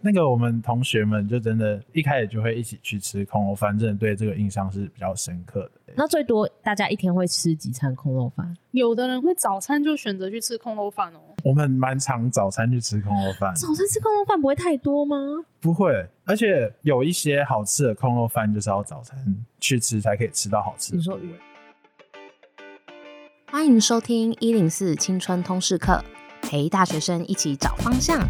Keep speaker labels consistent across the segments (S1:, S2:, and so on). S1: 那个我们同学们就真的一开始就会一起去吃空肉饭，真的对这个印象是比较深刻的、
S2: 那最多大家一天会吃几餐空肉饭？
S3: 有的人会早餐就选择去吃空楼饭哦，
S1: 我们蛮常早餐去吃空肉饭，
S2: 早餐吃空肉饭不会太多吗？
S1: 不会，而且有一些好吃的空肉饭就是要早餐去吃才可以吃到好吃的
S2: 你
S1: 部
S2: 说
S1: 位。
S2: 鱼
S4: 欢迎收听一零四青春通识课，陪大学生一起找方向。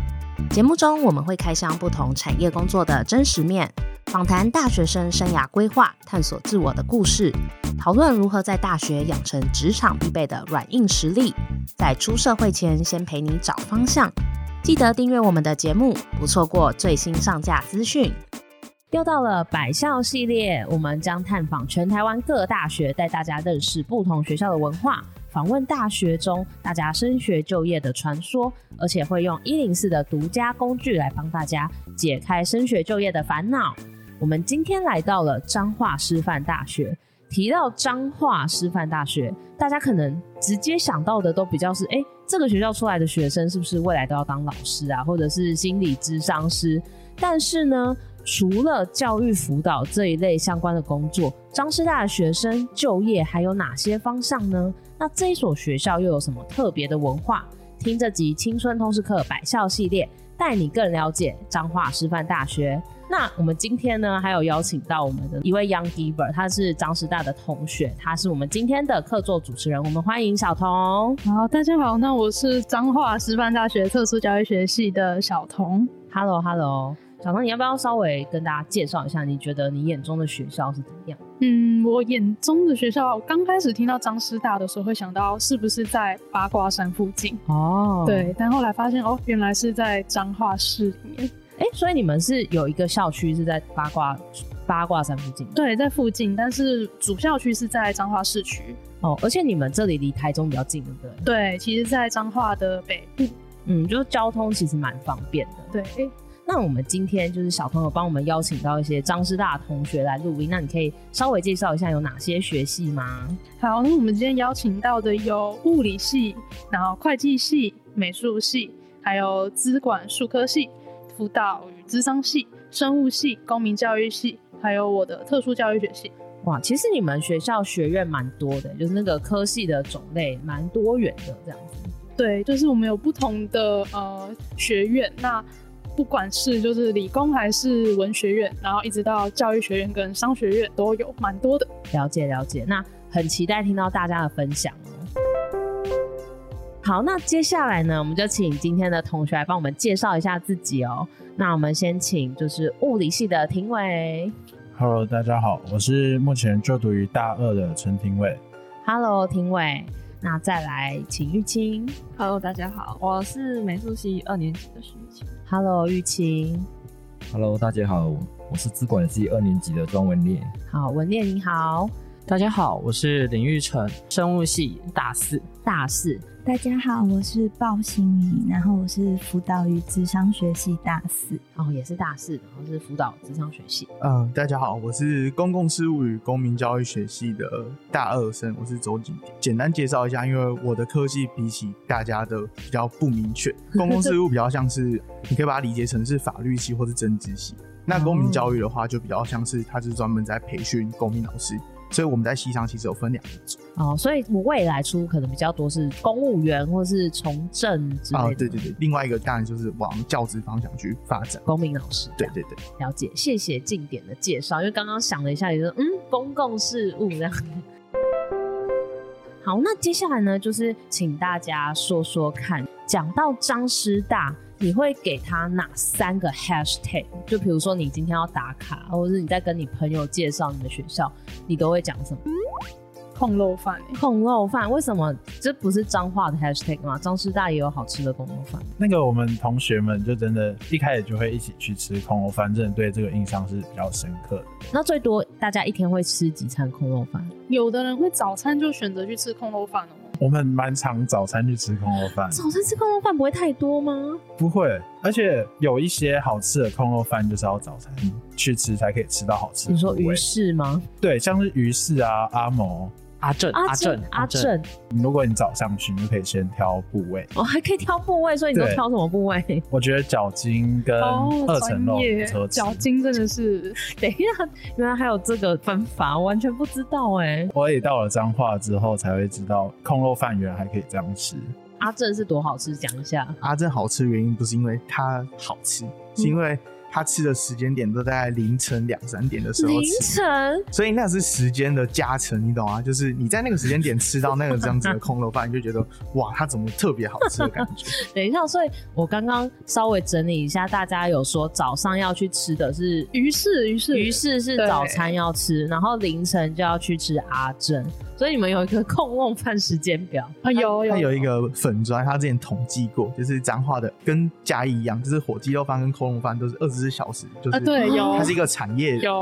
S4: 节目中我们会开箱不同产业工作的真实面，访谈大学生生涯规划、探索自我的故事，讨论如何在大学养成职场必备的软硬实力，在出社会前先陪你找方向。记得订阅我们的节目，不错过最新上架资讯。
S2: 又到了百校系列，我们将探访全台湾各大学，带大家认识不同学校的文化，访问大学中大家升学就业的传说，而且会用一零四的独家工具来帮大家解开升学就业的烦恼。我们今天来到了彰化师范大学。提到彰化师范大学，大家可能直接想到的都比较是，哎、这个学校出来的学生是不是未来都要当老师啊，或者是心理咨商师？但是呢，除了教育辅导这一类相关的工作，彰师大的学生就业还有哪些方向呢？那这一所学校又有什么特别的文化？听这集《青春通识课百校系列》，带你更了解彰化师范大学。那我们今天呢，还有邀请到我们的一位 Young Giver，他是彰师大的同学，他是我们今天的客座主持人，我们欢迎小童。
S3: 好，大家好，那我是彰化师范大学特殊教育学系的小童。
S2: Hello Hello，小童，你要不要稍微跟大家介绍一下，你觉得你眼中的学校是怎么样？
S3: 嗯，我眼中的学校，刚开始听到彰师大的时候，会想到是不是在八卦山附近？
S2: 哦
S3: 对，但后来发现哦，原来是在彰化市里面。
S2: 哎、所以你们是有一个校区是在八卦八卦山附近的
S3: 对，在附近，但是主校区是在彰化市区。
S2: 哦，而且你们这里离台中比较近，对不对？
S3: 对，其实，在彰化的北部。
S2: 嗯，就是交通其实蛮方便的。
S3: 对，
S2: 那我们今天就是小朋友帮我们邀请到一些张师大的同学来录音，那你可以稍微介绍一下有哪些学系吗？
S3: 好，那我们今天邀请到的有物理系，然后会计系、美术系，还有资管数科系、辅导与资商系、生物系、公民教育系，还有我的特殊教育学系。
S2: 哇，其实你们学校学院蛮多的，就是那个科系的种类蛮多元的这样子。
S3: 对，就是我们有不同的呃学院，那不管是就是理工还是文学院，然后一直到教育学院跟商学院都有蛮多的。
S2: 了解了解，那很期待听到大家的分享哦。好，那接下来呢，我们就请今天的同学来帮我们介绍一下自己哦。那我们先请就是物理系的庭伟
S1: Hello，大家好，我是目前就读于大二的陈廷伟。
S2: ，Hello，庭伟。那再来请玉清
S5: Hello，大家好，我是美术系二年级的徐雨晴。
S2: ，Hello，玉清。
S6: Hello，大家好，我是资管系二年级的庄文烈。
S2: 好，文烈你好，
S7: 大家好，我是林玉成，生物系大四。
S2: 大四。
S8: 大家好，我是鲍心怡，然后我是辅导与智商学系大四。
S2: 哦，也是大四，然后是辅导职场学系。
S9: 嗯，大家好，我是公共事务与公民教育学系的大二生，我是周景典。简单介绍一下，因为我的科系比起大家的比较不明确， 公共事务比较像是你可以把它理解成是法律系或是政治 系。那公民教育的话，就比较像是它是专门在培训公民老
S2: 嗯
S9: 师，所以我们在系上其实有分两个组
S2: 哦，所以我未来出可能比较多是公务员或是从政之类
S9: 啊
S2: 的、，
S9: 对对对，另外一个当然就是往教职方向去发展。
S2: 公民老师。
S9: 对对对，
S2: 了解，谢谢静点的介绍，因为刚刚想了一下，也就是嗯，公共事务这样。好，那接下来呢，就是请大家说说看，讲到张师大，你会给他哪三个 hashtag？就比如说你今天要打卡，或者是你在跟你朋友介绍你的学校，你都会讲什么？
S3: 控肉饭、欸，
S2: 控肉饭？为什么这不是彰化的 hashtag 吗？张师大也有好吃的控肉饭。
S1: 那个我们同学们就真的一开始就会一起去吃空肉饭，真的对这个印象是比较深刻的。
S2: 那最多大家一天会吃几餐控肉饭？
S3: 有的人会早餐就选择去吃空肉饭哦。
S1: 我们蛮常早餐去吃空肉饭，
S2: 早餐吃控肉饭不会太多吗？
S1: 不会，而且有一些好吃的空肉饭就是要早餐去吃才可以吃到好吃的
S2: 你
S1: 部
S2: 说
S1: 位。
S2: 鱼市吗？
S1: 对，像是鱼市啊、阿毛、
S7: 阿正，
S2: 阿
S7: 正嗯
S2: 正，阿
S7: 正，
S2: 正，哦
S1: 如果你早上去，你就可以先挑部位。
S2: 我还可以挑部位，所以你都
S1: 对
S2: 挑什么部位？
S1: 我觉得脚筋跟
S3: 哦
S1: 二，层肉
S3: 专业
S1: 不车子，
S3: 脚筋真的是
S2: 等一下，原来还有这个分法，我完全不知道哎、
S1: 我也到了彰化之后才会知道，控肉饭原来还可以这样吃。
S2: 阿正是多好吃，讲一下。
S9: 阿正啊好吃的原因不是因为它好
S3: 嗯
S9: 吃，是因为它吃的时间点都在凌晨两三点的时候
S2: 凌
S9: 吃。
S2: 晨，
S9: 所以那是时间的加成，你懂吗？就是你在那个时间点吃到那个这样子的空肉饭，你就觉得哇，它怎么特别好吃的感觉？
S2: 等一下，所以我刚刚稍微整理一下，大家有说早上要去吃的是
S3: 于是于是
S2: 于是是
S3: 对
S2: 早餐要吃，然后凌晨就要去吃阿正，所以你们有一个控肉饭时间 表。
S3: 啊有
S9: 它
S3: 有
S9: 有一个粉砖，它之前统计过，就是彰化的跟嘉义一样，就是火鸡肉饭跟空肉饭都是二十四小时，就是、
S3: 啊对有
S9: 它是一个产业。
S3: 有，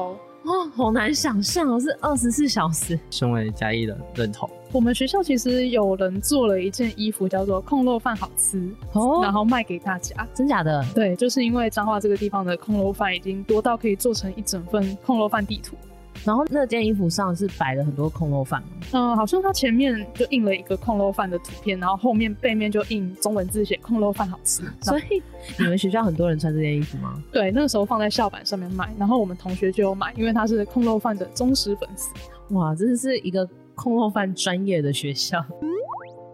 S2: 哦，好难想象哦，是二十四小时。
S7: 身为嘉义人，认同。
S3: 我们学校其实有人做了一件衣服，叫做“控肉饭好吃”，
S2: 哦
S3: 然后卖给大家。
S2: 真假的？
S3: 对，就是因为彰化这个地方的控肉饭已经多到可以做成一整份控肉饭地图。
S2: 然后那件衣服上是摆了很多空肉饭吗，
S3: 嗯，好像它前面就印了一个控肉饭的图片，然后后面背面就印中文字写“控肉饭好吃”。然
S2: 所
S3: 后
S2: 以你们学校很多人穿这件衣服吗？
S3: 对，那个时候放在校板上面卖，然后我们同学就有买，因为他是控肉饭的忠实粉丝。
S2: 哇，真的是一个空肉饭专业的学 校。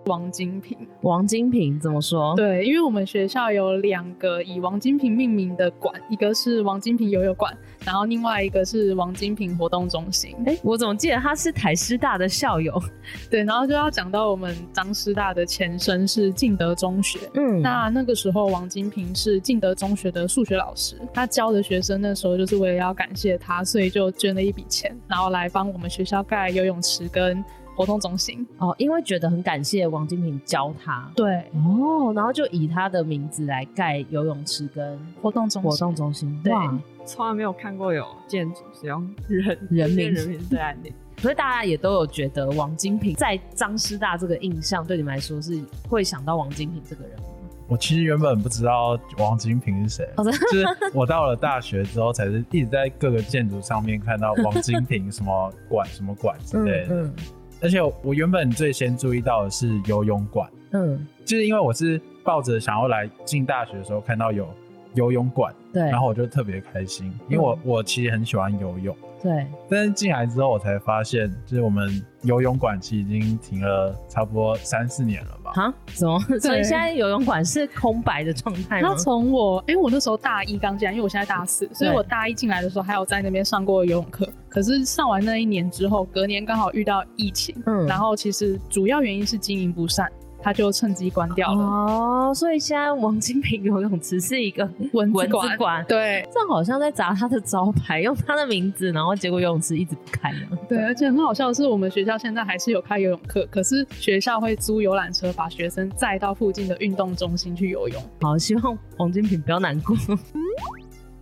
S3: 王金平，
S2: 王金平怎么说？
S3: 对，因为我们学校有两个以王金平命名的馆，一个是王金平游泳馆，然后另外一个是王金平活动中心。
S2: 哎、我怎么记得他是台师大的校友？
S3: 对，然后就要讲到我们张师大的前身是敬德中学。
S2: 嗯
S3: 那那个时候，王金平是敬德中学的数学老师，他教的学生那时候就是为了要感谢他，所以就捐了一笔钱，然后来帮我们学校盖游泳池跟活动中心。
S2: 哦，因为觉得很感谢王金平教他。
S3: 对，
S2: 哦，然后就以他的名字来盖游泳池跟
S3: 活动中心
S2: 活动中心，
S3: 对
S2: 哇
S5: 从来没有看过有建筑使用人
S2: 人名
S5: 人名在里面。
S2: 所以大家也都有觉得王金平在张师大这个印象，对你们来说是会想到王金平这个人吗？
S1: 我其实原本不知道王金平是谁，
S2: 哦真的
S1: 就是我到了大学之后，才是一直在各个建筑上面看到王金平什么馆什么馆之类的。
S2: 嗯
S1: 而且我原本最先注意到的是游泳馆，
S2: 嗯，
S1: 就是因为我是抱着想要来进大学的时候看到有游泳馆，
S2: 对，
S1: 然后我就特别开心，因为我、
S2: 嗯
S1: 我其实很喜欢游泳。
S2: 对，
S1: 但是进来之后，我才发现，就是我们游泳馆其实已经停了差不多三四年了吧。
S2: 啊，怎么？ 所以现在游泳馆是空白的状态吗
S3: 他？从我，哎、我那时候大一刚进来，因为我现在大四，所以
S2: 对
S3: 我大一进来的时候还有在那边上过游泳课。可是上完那一年之后，隔年刚好遇到疫情，
S2: 嗯
S3: 然后其实主要原因是经营不善，他就趁机关掉了。
S2: 哦，所以现在王金平游泳池是一个
S3: 文
S2: 文
S3: 馆，
S2: 字馆，
S3: 对
S2: 这好像在砸他的招牌，用他的名字，然后结果游泳池一直不开啊。
S3: 对，而且很好笑的是，我们学校现在还是有开游泳课，可是学校会租游览车把学生载到附近的运动中心去游泳。
S2: 好，希望王金平不要难过。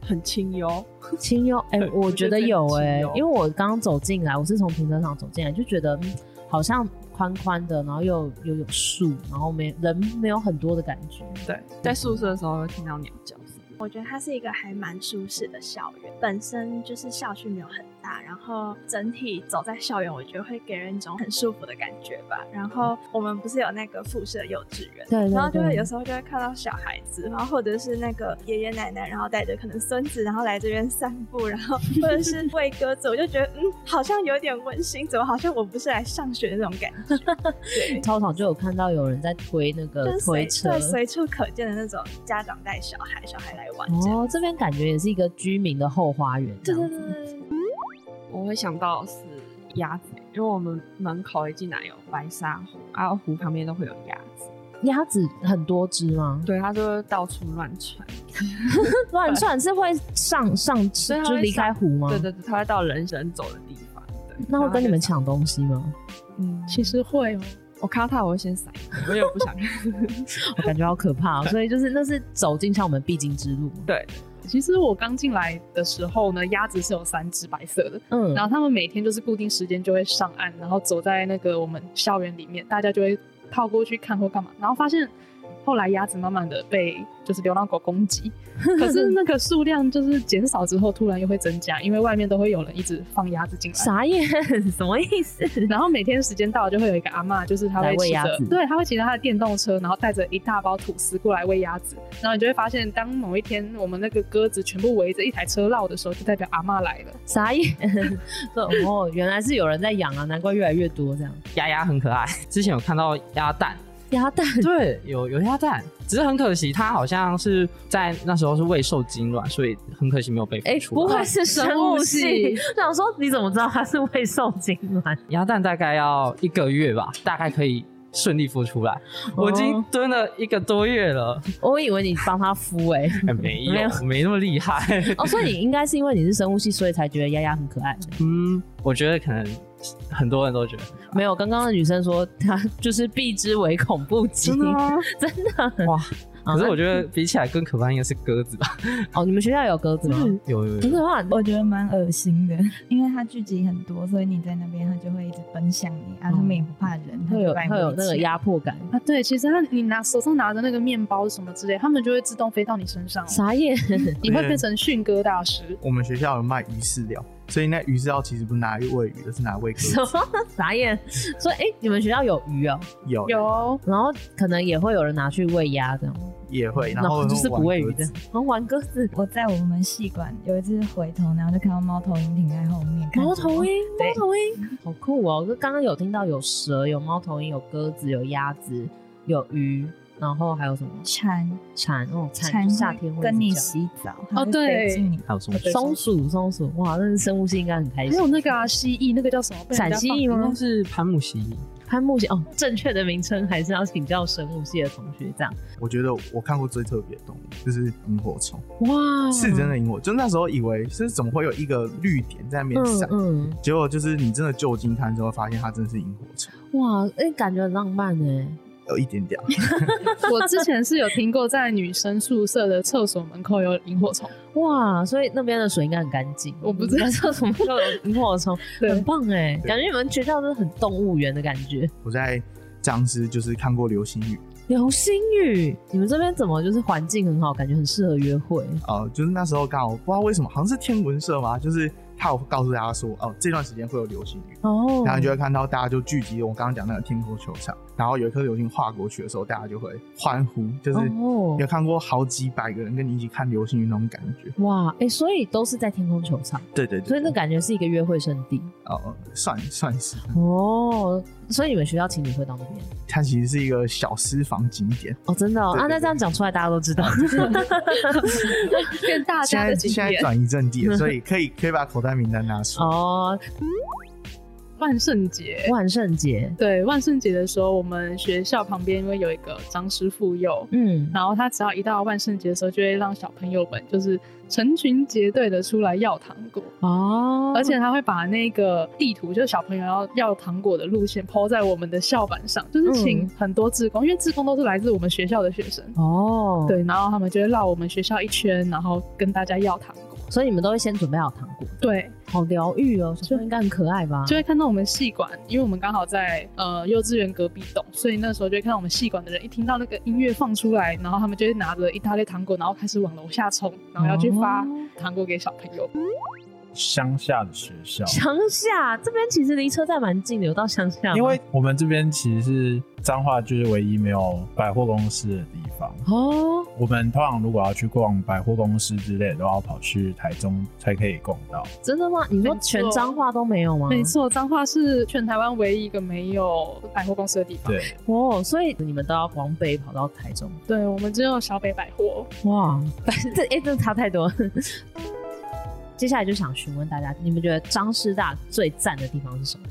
S5: 很清幽，
S2: 清幽，哎、
S5: 对
S2: 我
S5: 我
S2: 觉
S5: 觉
S2: 得
S5: 得
S2: 有
S5: 真的
S2: 哎、
S5: 清幽
S2: 因为我刚走进来，我是从停车场走进来，就觉得、嗯、好像宽宽的，然后又又有树，然后没人没有很多的感觉。
S5: 对，在宿舍的时候有听到鸟叫声，
S10: 我觉得它是一个还蛮舒适的校园，本身就是校区没有很大，然后整体走在校园，我觉得会给人一种很舒服的感觉吧。然后我们不是有那个附设幼稚园，
S2: 对对
S10: 然后就
S2: 对
S10: 会有时候就会看到小孩子，然后或者是那个爷爷奶奶，然后带着可能孙子，然后来这边散步，然后或者 是喂鸽子，我就觉得嗯，好像有点温馨，怎么好像我不是来上学的那种感觉？对。
S2: 操场就有看到有人在推那
S10: 就
S2: 个
S10: 是
S2: 呃推
S10: 随
S2: 车，
S10: 对随处可见的那种家长带小孩，小孩来玩这样。
S2: 哦，这边感觉也是一个居民的后花园啊这
S10: 对对
S2: 样
S10: 对
S2: 子。
S10: 对对。
S5: 嗯我会想到是鸭子，因为我们门口一进来有白沙湖，啊湖旁边都会有鸭子，
S2: 鸭子很多只吗？
S5: 对，它就会到处乱窜，
S2: 乱窜是会上上吃
S5: 对它
S2: 就
S5: 会
S2: 离
S5: 上
S2: 开湖吗？
S5: 对对对，它会到人人走的地方，对。
S2: 那会
S5: 然后
S2: 跟你们
S5: 就撒
S2: 抢东西吗？
S5: 嗯，
S3: 其实会哦，
S5: 我看到它我会先闪，我也不想看。
S2: 我感觉好可怕、哦，所以就是那是走进像我们必经之路。
S5: 对，
S3: 其实我刚进来的时候呢，鸭子是有三只白色的，
S2: 嗯，
S3: 然后他们每天就是固定时间就会上岸，然后走在那个我们校园里面，大家就会靠过去看或干嘛，然后发现后来鸭子慢慢的被就是流浪狗攻 击，可是那个数量就是减少之后，突然又会增加，因为外面都会有人一直放鸭子进来。
S2: 傻眼，什么意思？
S3: 然后每天时间到了，就会有一个阿嬷，就是她
S2: 来
S3: 会
S2: 喂
S3: 骑
S2: 鸭
S3: 着
S2: 子，
S3: 对，她会骑着她的电动车，然后带着一大包吐司过来喂鸭子。然后你就会发现，当某一天我们那个鸽子全部围着一台车绕的时候，就代表阿嬷来了。
S2: 傻 眼，说哦，原来是有人在养啊，难怪越来越多这样。
S7: 鸭鸭很可爱， 之前有看到鸭蛋，
S2: 鸭蛋
S7: 对，有有鸭蛋，只是很可惜，它好像是在那时候是未受精卵，所以很可惜没有被
S2: 哎
S7: 孵，出来。
S2: 不会是生物系
S7: 生物系？
S2: 我想说你怎么知道它是未受精 卵？
S7: 鸭蛋大概要一个月吧，大概可以顺利孵出来。我已经蹲了一个多月了，
S2: 哦我以为你帮它孵哎、
S7: 哎没有
S2: 没有
S7: 没那么厉害。
S2: 哦，所以你应该是因为你是生物系，所以才觉得丫丫很可爱。
S7: 嗯， 我觉得可能很多人都觉得
S2: 没有，刚刚的女生说她就是避之唯恐不及， 真的
S7: 哇！
S2: 啊
S7: 可是我觉得比起来更可怕应该是鸽子吧？ 嗯
S2: 哦，你们学校有鸽子吗？
S7: 有有有，
S2: 很可怕。
S8: 我觉得蛮恶心的，因为它聚集很多，所以你在那边，它就会一直奔向你啊。他们也不怕人，它
S2: 会
S8: 就
S2: 有
S8: 把你
S2: 会有那
S8: 围
S2: 个
S8: 起来
S2: 压迫感，
S3: 啊，对，其实它你拿手上拿着那个面包什么之类，它们就会自动飞到你身上哦，
S2: 傻眼，
S3: 你会变成驯鸽大师。
S9: 我们学校有卖鱼饲料，所以那鱼饲料其实不是拿来喂鱼的，是拿 来喂鸽
S2: 什
S9: 子。
S2: 么 傻眼？所以哎、你们学校有鱼哦，
S9: 有
S3: 有，
S2: 然后可能也会有人拿去喂鸭这样，
S9: 也会，然
S2: 然
S9: 后
S2: 后嗯就是不喂
S9: 玩鸽
S2: 鱼
S9: 子
S2: 的，然后玩鸽子。
S8: 我在我们系馆有一次回头，然后就看到猫头鹰停在后面，看着
S2: 猫
S8: 我
S2: 头鹰，
S8: 对
S2: 猫头鹰，好酷哦！就刚刚有听到有蛇，有猫头鹰，有鸽子，有鸭子，有鱼，然后还有什么
S8: 蝉，
S2: 蝉哦，蝉
S8: 蝉
S2: 就是夏天会
S8: 跟
S2: 一
S8: 你
S2: 直叫
S8: 洗澡，
S3: 哦
S8: 它会飞
S3: 对
S8: 进你
S7: 还有什么
S3: 对？
S2: 松鼠，松鼠，哇，那是生物系应该很开
S3: 还
S2: 心
S3: 有。那个啊，蜥蜴，那个叫什么？被人家
S2: 陕西
S3: 放
S2: 蜴
S7: 应该
S2: 吗？
S7: 是潘木蜥蜴。
S2: 潘木系哦，正确的名称还是要请教生物系的同学这样。
S9: 我觉得我看过最特别的动物就是萤火虫，
S2: 哇，
S9: 是真的萤火。就那时候以为是怎么会有一个绿点在那边
S2: 嗯
S9: 闪，
S2: 嗯，
S9: 结果就是你真的就近看之后，发现它真的是萤火虫，
S2: 哇，哎、感觉很浪漫哎。
S9: 有一点点。
S3: 我之前是有听过，在女生宿舍的厕所门口有萤火虫，
S2: 哇，所以那边的水应该很干净。
S3: 我 不知道
S2: 厕所就有萤火虫，
S3: 对
S2: 很棒哎，
S9: 对
S2: 感觉你们学校真的很动物园的感觉。
S9: 我在彰师就是看过流星雨，
S2: 流星雨，你们这边怎么就是环境很好，感觉很适合约会？
S9: 呃，就是那时候刚好不知道为什么，好像是天文社嘛，就是他有告诉大家说，哦、这段时间会有流星雨，
S2: 哦
S9: 然后你就会看到大家就聚集我刚刚讲那个天空球场，然后有一颗流星划过去的时候，大家就会欢呼，就是
S2: 哦
S9: 有看过好几百个人跟你一起看流星雨那种感觉。
S2: 哇，哎、所以都是在天空球场，
S9: 对对对，
S2: 所以那感觉是一个约会圣地
S9: 哦，算算是，
S2: 哦。所以你们学校情侣会到那边
S9: 它其实是一个小私房景点。
S2: 哦，真的哦
S9: 对对
S2: 啊，那
S9: 对
S2: 这样讲出来大家都知道。
S3: 变大
S9: 现
S3: 家的
S9: 在
S3: 景
S9: 现在
S3: 点。
S9: 转移阵地了，所以可以可以把口袋名单拿出来。
S2: 哦，
S3: 万圣节，
S2: 万圣节，
S3: 对，万圣节的时候，我们学校旁边因为有一个张师傅幼，
S2: 嗯，
S3: 然后他只要一到万圣节的时候，就会让小朋友们就是成群结队的出来要糖果。
S2: 哦，
S3: 而且他会把那个地图，就是小朋友要要糖果的路线，抛在我们的校板上，就是请
S2: 嗯
S3: 很多志工，因为志工都是来自我们学校的学生，
S2: 哦，，
S3: 对，然后他们就会绕我们学校一圈，然后跟大家要糖果，
S2: 所以你们都会先准备好糖果，
S3: 对，
S2: 好疗愈哦，小朋友应该很可爱吧？
S3: 就会看到我们系馆，因为我们刚好在呃幼稚园隔壁栋，所以那时候就会看到我们系馆的人一听到那个音乐放出来，然后他们就会拿着一大堆糖果，然后开始往楼下冲，然后要去发
S2: 哦
S3: 糖果给小朋友。
S1: 乡下的学校，
S9: 哦
S2: 乡下这边其实离车站蛮近的，有到乡下吗，
S1: 因为我们这边其实是彰化，就是唯一没有百货公司的地方。
S2: 哦，
S1: 我们通常如果要去逛百货公司之类的，都要跑去台中才可以逛到。
S2: 真的吗？你说
S3: 没错
S2: 全彰化都没有吗？
S3: 没错，彰化是全台湾唯一一个没有百货公司的地方。
S1: 对，
S2: 哦，所以你们都要往北跑到台中，
S3: 对，我们只有小北百货。
S2: 哇，这哎、这差太多。 接下来就想询问大家，你们觉得张师大最赞的地方是什么？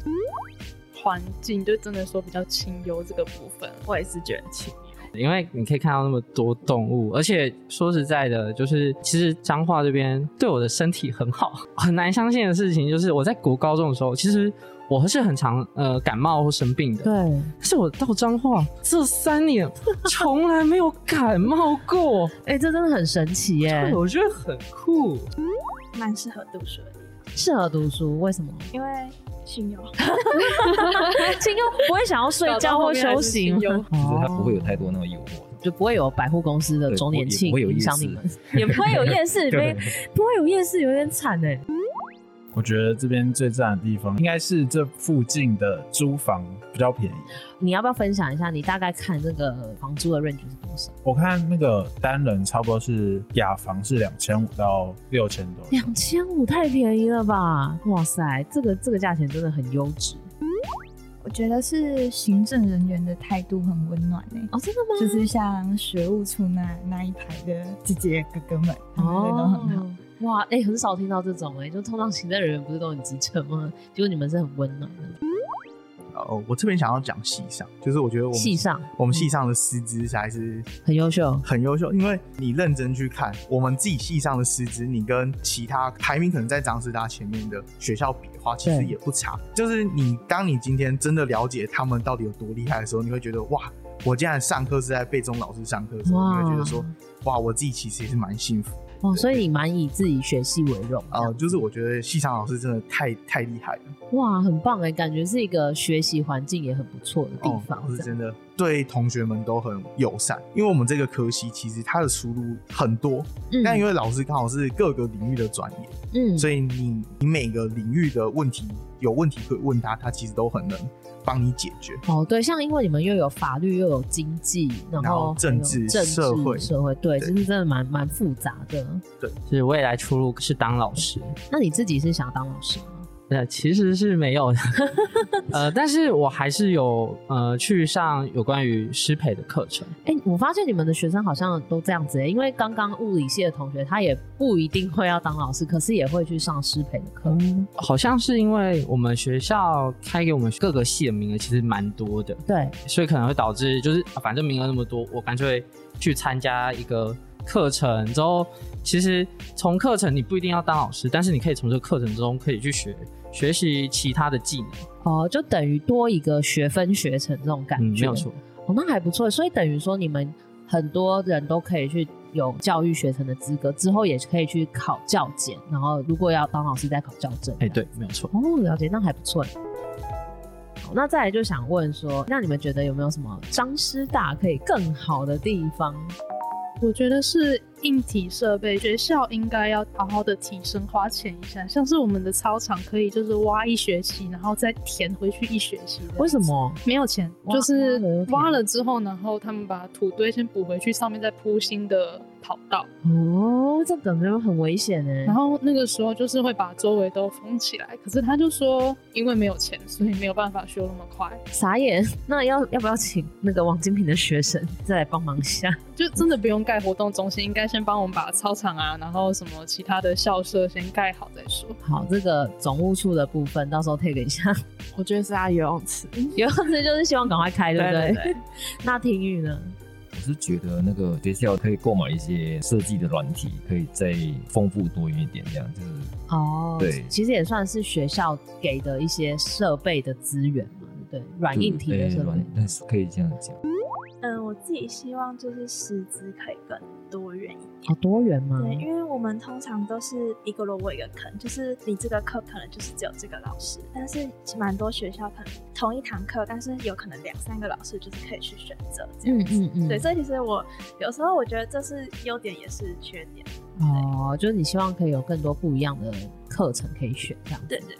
S3: 环境，就真的说比较清幽这个部分。
S5: 我也是觉得奇
S7: 因为你可以看到那么多动物，而且说实在的，就是其实彰化这边对我的身体很好。 很难相信的事情就是，我在国高中的时候，其实我是很常呃感冒或生病的，
S2: 对，
S7: 但是我到彰化这三 年从来没有感冒过，
S2: 哎、这真的很神奇耶
S7: 对，我觉得很酷。
S10: 蛮适合读书的地方，
S2: 适合读书，为什么？
S10: 因为清 幽。
S2: 清幽不会想要睡觉或休息吗？
S6: 就是它不会有太多那种诱惑。
S2: 哦就不会有百货公司的周年庆
S6: 也不会有
S2: 影
S6: 夜
S2: 响
S6: 市
S2: 你们，也不会有 夜市，
S6: 对
S2: 没不会有夜市，有点惨哎。
S1: 我觉得这边最赞的地方应该是这附近的租房比较便宜。
S2: 你要不要分享一下你大概看这个房租的 range 是多少？
S1: 我看那个单人差不多是雅房是两千五到六千多，
S2: 两千五太便宜了吧！哇塞，这个这个价钱真的很优质
S8: 我觉得是行政人员的态度很温暖诶、
S2: 哦，真的吗？
S8: 就是像学务处那那一排的姐姐哥哥们，他们对都很好。。
S2: 哦哇，哎、很少听到这种哎、就通常行政人员不是都很机车吗？结果你们是很温暖的，
S9: 哦，我这边想要讲系上，就是我觉得我们
S2: 系上嗯
S9: 我们系上的师资还是
S2: 很优秀，
S9: 很优秀。因为你认真去看我们自己系上的师资，你跟其他排名可能在张师大前面的学校比的话，其实
S2: 对
S9: 也不差。就是你当你今天真的了解他们到底有多厉害的时候，你会觉得哇，我竟然上课是在被这种老师上课的时候，
S2: 哇
S9: 你会觉得说哇，我自己其实也是蛮幸福的。
S2: 哦，所以你蛮以自己学系为荣的
S9: 啊、就是我觉得系上老师真的太太厉害了，
S2: 哇，很棒哎、感觉是一个学习环境也很不错的地
S9: 哦，
S2: 方。
S9: 老师
S2: 这
S9: 真
S2: 样
S9: 的对同学们都很友善，因为我们这个科系其实它的出路很多，
S2: 嗯
S9: 但因为老师刚好是各个领域的专业，
S2: 嗯，
S9: 所以你你每个领域的问题有问题可以问他，他其实都很能帮你解决。
S2: 哦，对，像因为你们又有法律，又有经济，然
S9: 然后
S2: 后
S9: 政
S2: 还有
S9: 治
S2: 政治、
S9: 社会
S2: 社会，对，
S9: 对
S2: 其实真的蛮蛮复杂的。
S7: 就是未来出路是当老师，
S2: 那你自己是想当老师吗？
S7: 呃，其实是没有的， 呃，但是我还是有呃去上有关于师培的课程，
S2: 哎、我发现你们的学生好像都这样子、欸，因为刚刚物理系的同学他也不一定会要当老师，可是也会去上师培的课。
S8: 哦
S7: 好像是因为我们学校开给我们各个系的名额其实蛮多的，
S2: 对，
S7: 所以可能会导致就是、啊反正名额那么多，我干脆去参加一个课程之后，其实从课程你不一定要当老师，但是你可以从这个课程中可以去学学习其他的技能，
S2: 哦，就等于多一个学分学程这种感
S7: 嗯，没
S2: 觉，
S7: 有错。
S2: 哦，那还不错。所以等于说你们很多人都可以去有教育学程的资格，之后也可以去考教检，然后如果要当老师再考教证。
S7: 哎、对，没有错。
S2: 哦，了解，那还不错耶。好，那再来就想问说，那你们觉得有没有什么张师大可以更好的地方？
S3: 我觉得是硬体设备，学校应该要好好的提升，花钱一下。像是我们的操场可以就是挖一学期，然后再填回去一学期。
S2: 为什？么？
S3: 没有钱，
S2: 挖
S3: 就是
S2: 挖了又填
S3: 挖了之后，然后他们把土堆先补回去，上面再铺新的跑道。
S2: 哦，这感觉很危险
S3: 然
S2: 哎。
S3: 后那个时候就是会把周围都封起来。可是他就说，因为没有钱，所以没有办法修那么快，
S2: 傻眼，那要要不要请那个王金平的学生再来帮忙一下？
S3: 就真的不用盖活动中心，应该先帮我们把操场啊，然后什么其他的校舍先盖好再说。
S2: 好，这个总务处的部分到时候 take 一下。
S5: 我觉得是他游泳池，
S2: 有这就是希望赶快开，对不
S5: 对对
S2: 那听雨呢？
S6: 我是觉得那个学校可以购买一些设计的软体，可以再丰富多元一点，这样就是
S2: 哦，
S6: 对
S2: 其实也算是学校给的一些设备的资源嘛，对不对？软硬体的
S6: 对
S2: 设备
S6: 软，，但是可以这样讲。
S10: 嗯，我自己希望就是师资可以更多元一点
S2: 好。哦多元吗？
S10: 对，因为我们通常都是一个萝卜一个坑，就是你这个课可能就是只有这个老师，但是蛮多学校可能同一堂课，但是有可能两三个老师就是可以去选择这样
S2: 嗯
S10: 子。
S2: 嗯嗯，
S10: 对，所以其实我有时候我觉得这是优点也是缺点。
S2: 哦，就是你希望可以有更多不一样的课程可以选，这样子
S10: 对对，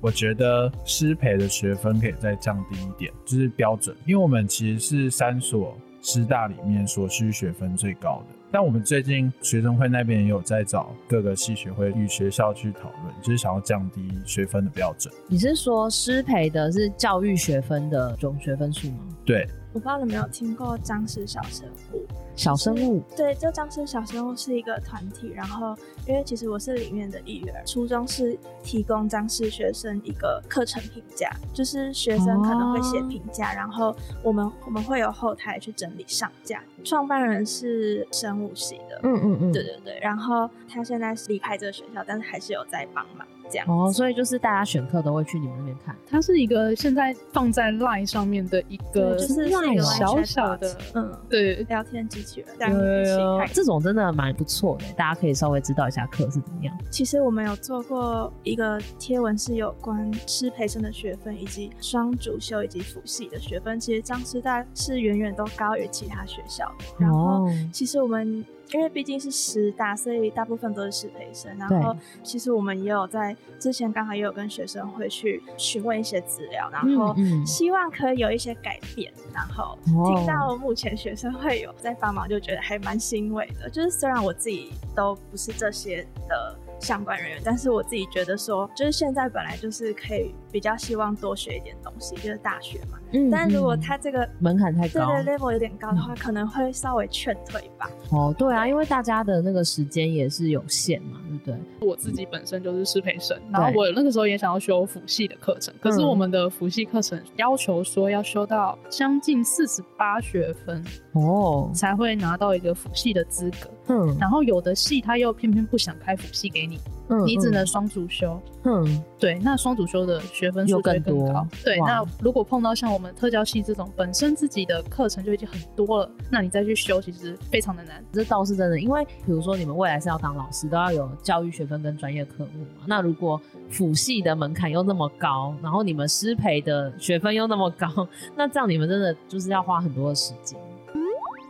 S1: 我觉得师培的学分可以再降低一点，就是标准，因为我们其实是三所师大里面所需学分最高的。但我们最近学生会那边也有在找各个系学会与学校去讨论，就是想要降低学分的标准。
S2: 你是说师培的是教育学分的总学分数吗？
S1: 对，
S10: 我不知道你们
S2: 嗯
S10: 有听过张氏小生物。
S2: 小生物
S10: 对，就张氏小生物是一个团体，然后因为其实我是里面的一员，初衷是提供张氏学生一个课程评价，就是学生可能会写
S2: 哦
S10: 评价，然后我们我们会有后台去整理上架。创办人是生物系的，
S2: 嗯嗯嗯
S10: 对对对，然后他现在是离开这个学校，但是还是有在帮忙。这样。
S2: 哦，所以就是大家选课都会去你们那边看。
S3: 它是一个现在放在 LINE 上面的一个，
S10: 对就是
S2: 一个
S3: 小小的
S10: chatbot，，嗯，
S3: 对，
S10: 聊天机器人，
S2: 对
S10: 让你一起
S2: 啊
S10: 看。
S2: 这种真的蛮不错的，大家可以稍微知道一下课是怎么样。
S10: 其实我们有做过一个贴文，是有关师培生的学分，以及双主修以及辅系的学分。其实张师大是远远都高于其他学校的。然
S2: 哦
S10: 后，其实我们因为毕竟是师大，所以大部分都是师培生。然后
S2: 对，
S10: 其实我们也有在之前刚好也有跟学生会去询问一些资料，然后
S2: 嗯嗯
S10: 希望可以有一些改变。然后
S2: 哦
S10: 听到目前学生会有在帮忙，就觉得还蛮欣慰的。就是虽然我自己都不是这些的相关人员，但是我自己觉得说，就是现在本来就是可以比较希望多学一点东西，就是大学嘛。
S2: 嗯
S10: 但如果
S2: 嗯
S10: 他这个
S2: 门槛太高
S10: 对对 level 有点高的话，可能会稍微劝退吧。
S2: 哦，对啊，因为大家的那个时间也是有限嘛，对不对？
S3: 我自己本身就是师培生，然后我那个时候也想要修辅系的课程，可是
S2: 嗯
S3: 我们的辅系课程要求说要修到将近四十八学分
S2: 哦，
S3: 才会拿到一个辅系的资格，
S2: 嗯
S3: 然后有的系他又偏偏不想开辅系给你，
S2: 嗯
S3: 你只能双主修。
S2: 嗯
S3: 对，那双主修的学分数
S2: 又
S3: 就会
S2: 更
S3: 更高
S2: 多。
S3: 对，
S2: 哇
S3: 那如果碰到像我们特教系这种本身自己的课程就已经很多了，那你再去修其实非常的难。
S2: 这倒是真的，因为比如说你们未来是要当老师，都要有教育学分跟专业科目嘛。那如果辅系的门槛又那么高，然后你们师培的学分又那么高， 那这样你们真的就是要花很多的时间。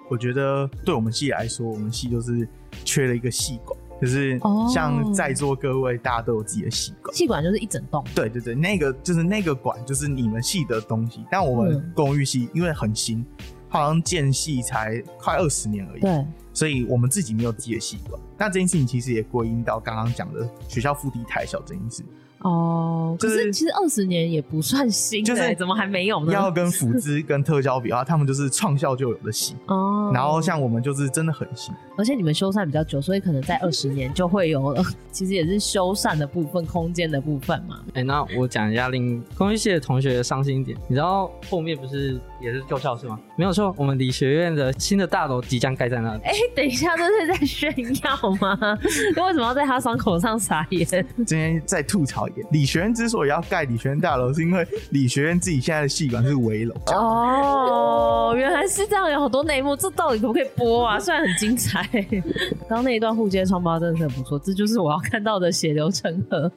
S9: 我觉得对我们系来说，我们系就是缺了一个系馆，就是
S2: 哦
S9: 像在座各位大家都有自己的系馆。
S2: 气管就是一整栋，
S9: 对对对，那个就是那个馆，就是你们系的东西。但我们
S2: 嗯
S9: 公寓系因为很新，好像建系才快二十年而已。
S2: 对，
S9: 所以我们自己没有自己的习惯。那这件事情其实也归因到刚刚讲的学校腹地太小这件事，
S2: 哦，可
S9: 就是
S2: 是其实二十年也不算新、欸，
S9: 就是
S2: 怎么还没有呢？
S9: 要跟 辅资跟特教比的话，他们就是创校就有的习。
S2: 哦，
S9: 然后像我们就是真的很新，
S2: 而且你们修缮比较久，所以可能在二十年就会有了。 其实也是修缮的部分，空间的部分嘛。
S7: 哎、那我讲一下令工艺系的同学伤心一点。你知道后面不是也是旧校是吗？没有错，我们理学院的新的大楼即将盖在那里。
S2: 哎、等一下，这是在炫耀吗？ 为什么要在他伤口上撒盐？
S9: 今天再吐槽一点，理学院之所以要盖理学院大楼，是因为理学院自己现在的系馆是围楼。
S2: 哦，原来是这样，有好多内幕，这到底可不可以播啊？虽然很精彩， 刚刚那一段互接双胞真的是很不错，这就是我要看到的血流成河。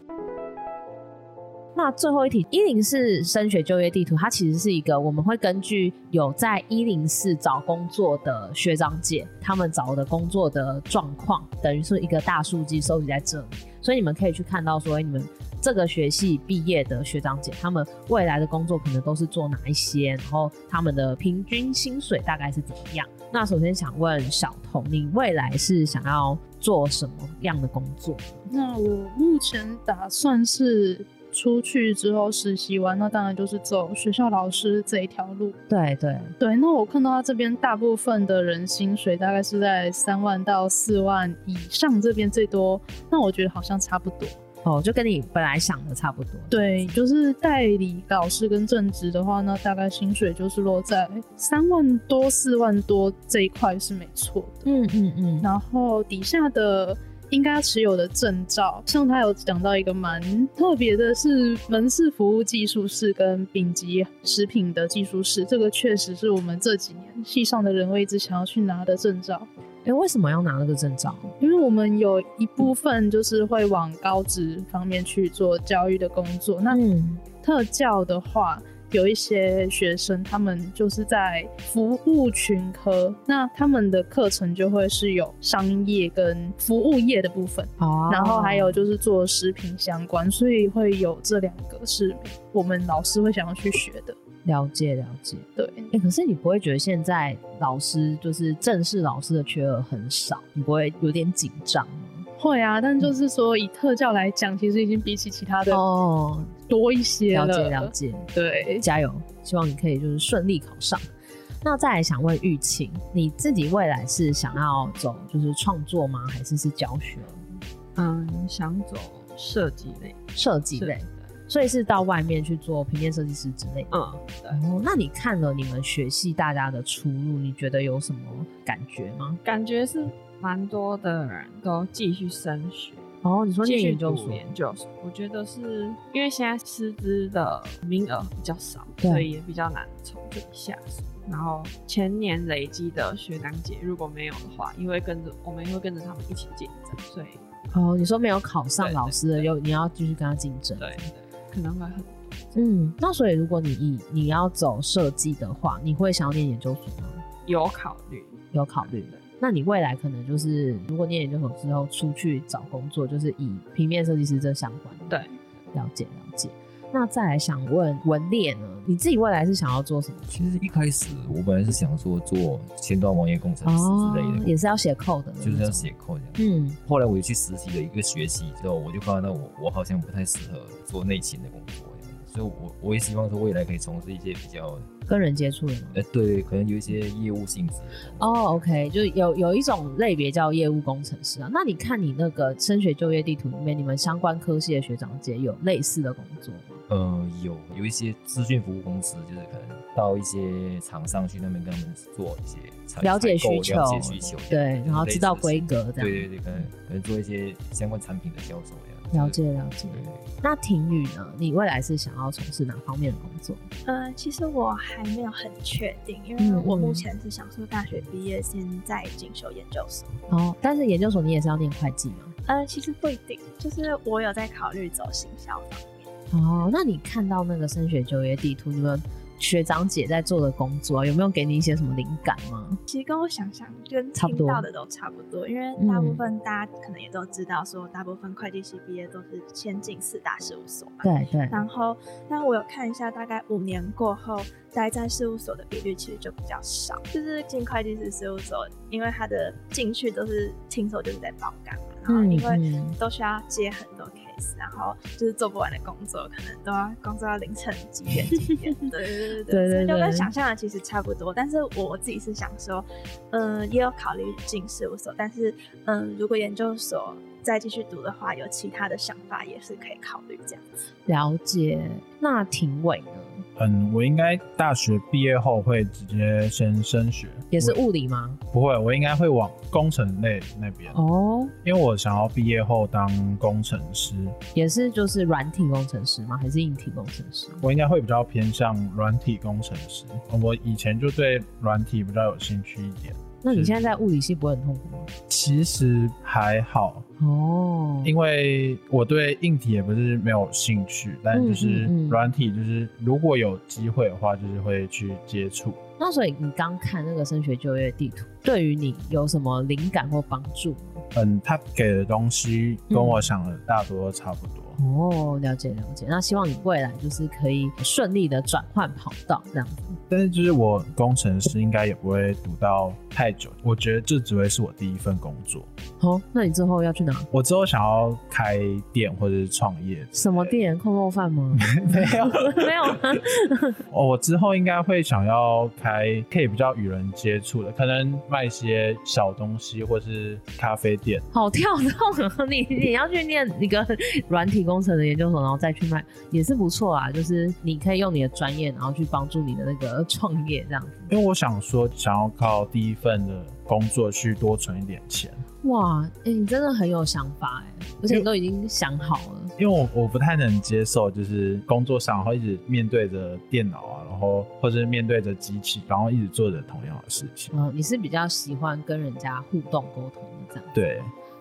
S2: 那最后一题，一零四升学就业地图，它其实是一个我们会根据有在一零四找工作的学长姐，他们找的工作的状况，等于是一个大数据收集在这里，所以你们可以去看到说，哎你们这个学系毕业的学长姐，他们未来的工作可能都是做哪一些，然后他们的平均薪水大概是怎么样？那首先想问小童，你未来是想要做什么样的工作？
S3: 那我目前打算是出去之后实习完，那当然就是走学校老师这一条路。
S2: 对对，
S3: 对，那我看到他这边大部分的人薪水大概是在三万到四万以上，这边最多。那我觉得好像差不多。
S2: 哦，就跟你本来想的差不多。
S3: 对，就是代理老师跟正职的话，那大概薪水就是落在三万多、四万多这一块是没错的。
S2: 嗯嗯嗯，
S3: 然后底下的应该持有的证照，像他有讲到一个蛮特别的是门市服务技术室跟丙级食品的技术室，这个确实是我们这几年系上的人会一直想要去拿的证照，
S2: 哎、为什么要拿那个证照？
S3: 因为我们有一部分就是会往高职方面去做教育的工作，那
S2: 嗯，
S3: 特教的话，有一些学生他们就是在服务群科，那他们的课程就会是有商业跟服务业的部分，
S2: 哦
S3: 然后还有就是做食品相关，所以会有这两个是我们老师会想要去学的。
S2: 了解了解。
S3: 对，
S2: 哎、可是你不会觉得现在老师就是正式老师的缺额很少，你不会有点紧张吗？
S3: 会啊，但就是说以特教来讲，其实已经比起其他的
S2: 哦，
S3: 多一些
S2: 了解了解。
S3: 对，
S2: 加油！希望你可以就是顺利考上。那再来想问玉琴，你自己未来是想要走就是创作吗？还是是教学
S5: 嗯，想走设计类，
S2: 设计类？所以是到外面去做平面设计师之类的。
S5: 嗯，对，
S2: 哦，那你看了你们学系大家的出路，你觉得有什么感觉吗？
S5: 感觉是蛮多的人都继续升学，
S2: 哦，你说
S5: 继
S2: 念
S5: 续
S2: 研究
S5: 读
S2: 所
S5: 研究所，我觉得是因为现在师资的名额比较少，
S2: 对
S5: 所以也比较难从这里下手。然后前年累积的学长姐，如果没有的话，因为跟着我们也会跟着他们一起竞争，所以
S2: 哦，你说没有考上
S5: 对
S2: 老师的，又你要继续跟他竞争。
S5: 对对，可能会很
S2: 嗯，那所以如果你以你要走设计的话，你会想要念研究所吗？
S5: 有考虑。
S2: 有考虑。那你未来可能就是，如果念研究所之后出去找工作，就是以平面设计师这相关的。
S5: 对，
S2: 了解了解。那再来想问文烈呢，你自己未来是想要做什么？
S6: 其实一开始我本来是想说做前端网页工程师之类的，
S2: 哦也是要写扣的，
S6: 就是要。写 code 这样。
S2: 嗯，
S6: 后来我去实习了一个学期之后，我就发现到我我好像不太适合做内勤的工作这样，所以我我也希望说未来可以从事一些比较
S2: 跟人接触的吗？
S6: 呃对，可能有一些业务性质的
S2: 哦、o k 就是有有一种类别叫业务工程师啊。那你看你那个升学就业地图里面，你们相关科系的学长姐有类似的工作吗？
S6: 呃，有有一些资讯服务公司，就是可能到一些厂商去那边跟他们做一些采
S2: 了解
S6: 采购
S2: 需求
S6: 了解需求，
S2: 对
S6: 就是
S2: 然后知道
S6: 类似的
S2: 规格
S6: 事情
S2: 这样
S6: 对对对，可能可能做一些相关产品的销售这样。
S2: 了解了解。那婷宇呢？你未来是想要从事哪方面的工作？
S10: 呃，其实我还没有很确定，因
S2: 嗯
S10: 为我目
S2: 嗯
S10: 前是想说大学毕业先在进修研究所。
S2: 哦，但是研究所你也是要念会计吗？
S10: 呃，其实不一定，就是我有在考虑走行销方面。
S2: 哦，那你看到那个升学就业地图，你们学长姐在做的工作啊，有没有给你一些什么灵感吗？
S10: 其实跟我想象跟
S2: 差不
S10: 听
S2: 多嗯
S10: 到的都差不多，因为大部分大家可能也都知道，说大部分会计系毕业都是先进四大事务所嘛。
S2: 对对
S10: 然后，但我有看一下，大概五年过后，待在事务所的比率其实就比较少。就是进会计师事务所，因为他的进去都是听说就是在爆肝嘛，然后
S2: 嗯
S10: 因为
S2: 嗯
S10: 都需要接很多 case，然后就是做不完的工作，可能都要工作到凌晨几点几点。对对对
S2: 对
S10: 所以就
S2: 对
S10: 跟想象的其实差不多。但是我自己是想说，嗯，也有考虑进事务所，但是嗯，如果研究所再继续读的话，有其他的想法也是可以考虑这样子。
S2: 了解。那廷伟呢？
S1: 嗯，我应该大学毕业后会直接先升学，
S2: 也是物理吗？
S1: 不会，我应该会往工程类那边，
S2: 哦，
S1: 因为我想要毕业后当工程师，
S2: 也是就是软体工程师吗？还是硬体工程师？
S1: 我应该会比较偏向软体工程师。我以前就对软体比较有兴趣一点，
S2: 那你现在在物理系不会很痛苦吗？
S1: 其实还好，
S2: 哦，
S1: 因为我对硬体也不是没有兴趣，但
S2: 嗯
S1: 就是
S2: 嗯嗯
S1: 软体，就是如果有机会的话，就是会去接触。
S2: 那所以你刚看那个升学就业地图，对于你有什么灵感或帮助吗？
S1: 嗯，他给的东西跟我想的大多都差不多。
S2: 哦，了解了解。那希望你未来就是可以顺利的转换跑道这样子。
S1: 但是就是我工程师应该也不会读到太久，我觉得这只会是我第一份工作。
S2: 哦，那你之后要去哪？
S1: 我之后想要开店或者是创业，
S2: 什么店？扣肉饭吗？
S1: 没有
S2: 没有吗？
S1: 哦，我之后应该会想要开可以比较与人接触的，可能卖一些小东西或是咖啡店。
S2: 好跳动啊！你你要去念一个软体工程的研究所，然后再去卖，也是不错啊。就是你可以用你的专业，然后去帮助你的那个 创业这样子。
S1: 因为我想说，想要靠第一份的工作去多存一点钱，
S2: 哇，哎、你真的很有想法哎、而且你都已经想好了。
S1: 因为我我不太能接受，就是工作上然后一直面对着电脑啊，然后或者是面对着机器，然后一直做着同样的事情。
S2: 嗯，你是比较喜欢跟人家互动沟通的这样。
S1: 对，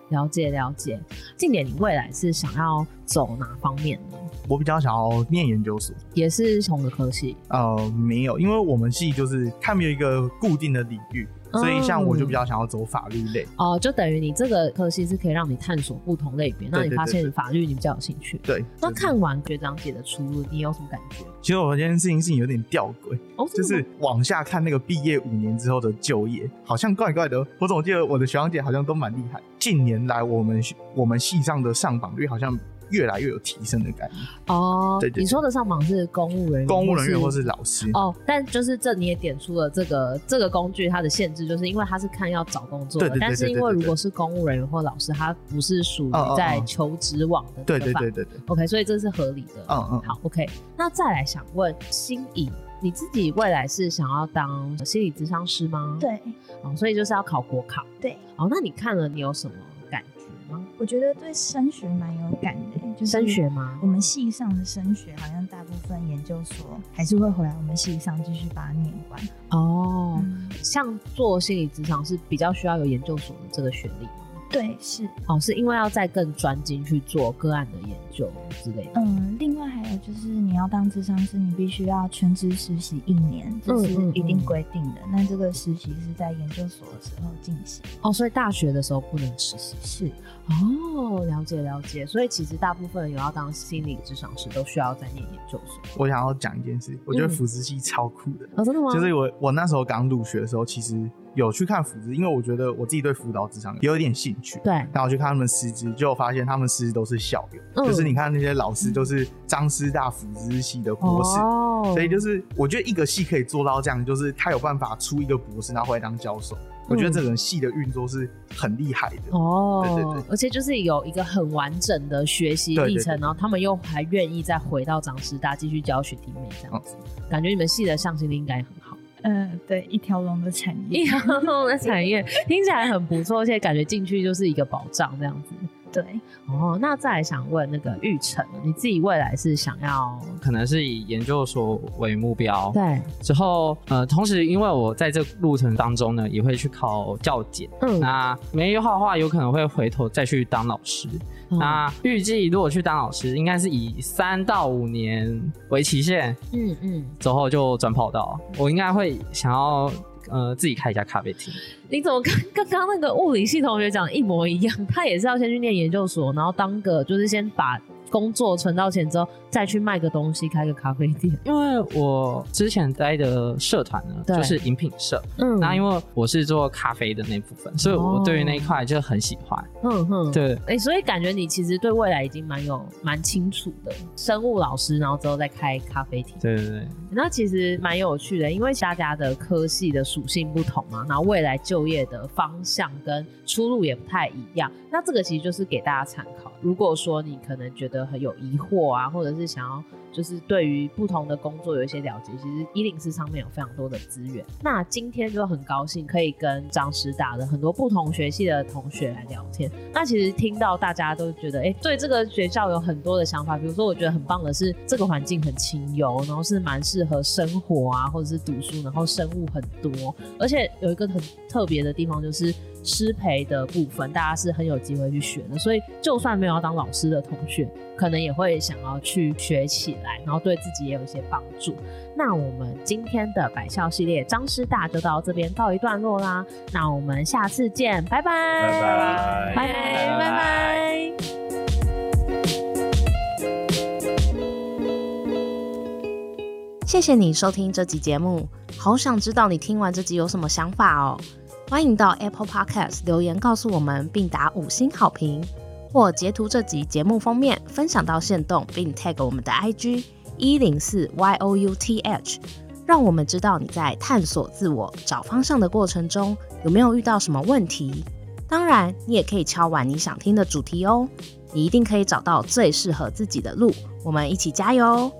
S2: 了解了解，静姐，你未来是想要走哪方面呢？
S9: 我比较想要念研究所，
S2: 也是同个科系，
S9: 呃，没有，因为我们系就是它没有一个固定的领域，所以像我就
S2: 嗯
S9: 比较想要走法律类。
S2: 哦，就等于你这个科系是可以让你探索不同类别，那
S9: 对
S2: 你
S9: 对
S2: 发
S9: 对
S2: 现
S9: 对
S2: 法律你比较有兴趣。
S9: 对，
S2: 那看完学长姐的出路，你有什么感觉？
S9: 其实我这件事情是有点吊诡，
S2: 哦，
S9: 就
S2: 真的
S9: 是
S2: 吗
S9: 往下看那个毕业五年之后的就业，好像怪怪的。我总记得我的学长姐好像都蛮厉害，近年来我们系我们系上的上榜率好像越来越有提升的感觉，
S2: 哦，
S9: 对对对
S2: 你说的上榜是公务人员，
S9: 公务人员或是老师。
S2: 哦，但就是这你也点出了这个呃这个工具它的限制，就是因为它是看要找工作的，
S9: 对对对
S2: 但是
S9: 对
S2: 因
S9: 对
S2: 为
S9: 对
S2: 如
S9: 对
S2: 果是公务人员或老师，他不是属于
S9: 哦哦哦
S2: 在求职网的
S9: 对
S2: 这
S9: 对
S2: 个范
S9: 对对对，
S2: OK，所以这是合理的。
S9: 嗯嗯
S2: 好，OK。那再来想问心仪，你自己未来是想要当心理咨商师吗？，
S10: 对
S2: 哦，所以就是要考国考。
S10: 对，
S2: 哦，那你看了你有什么感觉吗？
S8: 我觉得对升学蛮有感的、欸就是
S2: 升学吗
S8: 我们系上的升学好像大部分研究所还是会回来我们系上继续把它念完。
S2: 哦，像做心理职场是比较需要有研究所的这个学历吗
S8: 对，是
S2: 哦，是因为要再更专精去做个案的研究之类的。
S8: 嗯，另外还有就是你要当智商师，你必须要全职实习一年，这是
S2: 嗯嗯
S8: 一定规定的。那这个实习是在研究所的时候进行。
S2: 哦，所以大学的时候不能实习。
S8: 是，
S2: 哦，了解了解。所以其实大部分有要当心理职场师都需要再念研究所。
S9: 我想要讲一件事，我觉得辅资系超酷的。
S2: 嗯哦，真的吗？
S9: 就是我我那时候刚入学的时候，其实有去看辅资，因为我觉得我自己对辅导职场也有一点兴趣。
S2: 对
S9: 然后我去看他们师资，就发现他们师资都是校友，
S2: 嗯
S9: 就是你看那些老师都是张师大辅资系的博士。
S2: 哦，
S9: 所以就是，我觉得一个系可以做到这样，就是他有办法出一个博士，然后回来当教授。我觉得整个系的运作是很厉害的。
S2: 哦，
S9: 对对对
S2: 而且就是有一个很完整的学习
S9: 对对
S2: 历
S9: 对
S2: 程，
S9: 对
S2: 然后他们又还愿意再回到长师大继续教学弟妹这样
S9: 哦
S2: 子，感觉你们系的向心力应该很 好。
S8: 嗯，对，一条龙的产业。
S2: 一条龙的产业听起来很不错，而且感觉进去就是一个保障这样子。
S8: 对，
S2: 哦，那再来想问那个玉成，你自己未来是想要
S7: 可能是以研究所为目标，
S2: 对，
S7: 之后，呃，同时因为我在这路程当中呢，也会去考教检。
S2: 嗯
S7: 那没有画画，有可能会回头再去当老师。
S2: 嗯
S7: 那预计如果去当老师，应该是以三到五年为期限，
S2: 嗯嗯，
S7: 之后就转跑道。我应该会想要，呃，自己开一家咖啡厅。
S2: 你怎么跟刚刚那个物理系同学讲一模一样？他也是要先去念研究所，然后当个就是先把工作存到钱之后，再去卖个东西，开个咖啡店。
S7: 因为我之前待的社团呢，
S2: 对
S7: 就是饮品社。
S2: 嗯哦
S7: 那因为我是做咖啡的那部分，所以我对于那一块就很喜欢。
S2: 哼哼，
S7: 对，
S2: 哎、所以感觉你其实对未来已经蛮有蛮清楚的，生物老师，然后之后再开咖啡厅，
S7: 对对对。
S2: 那其实蛮有趣的，因为大家的科系的属性不同嘛，然后未来就业的方向跟出路也不太一样。那这个其实就是给大家参考。如果说你可能觉得很有疑惑啊，或者是想要就是对于不同的工作有一些了解，其实一零四上面有非常多的资源。那今天就很高兴可以跟张师大的很多不同学系的同学来聊天。那其实听到大家都觉得，哎、对这个学校有很多的想法。比如说，我觉得很棒的是，这个环境很清幽，然后是蛮适合生活啊，或者是读书，然后生物很多，而且有一个很特别的地方就是。师培的部分，大家是很有机会去学的，所以就算没有要当老师的同学，可能也会想要去学起来，然后对自己也有一些帮助。那我们今天的百校系列张师大就到这边告一段落啦，那我们下次见，拜拜，
S1: 拜拜
S2: 拜拜，拜拜。
S4: 谢谢你收听这集节目，好想知道你听完这集有什么想法哦。欢迎到 Apple Podcast 留言告诉我们，并打五星好评，或截图这集节目封面分享到线动，并 tag 我们的 IG 一零四 y o u t h，让我们知道你在探索自我、找方向的过程中有没有遇到什么问题。当然，你也可以敲完你想听的主题哦，你一定可以找到最适合自己的路。我们一起加油哦！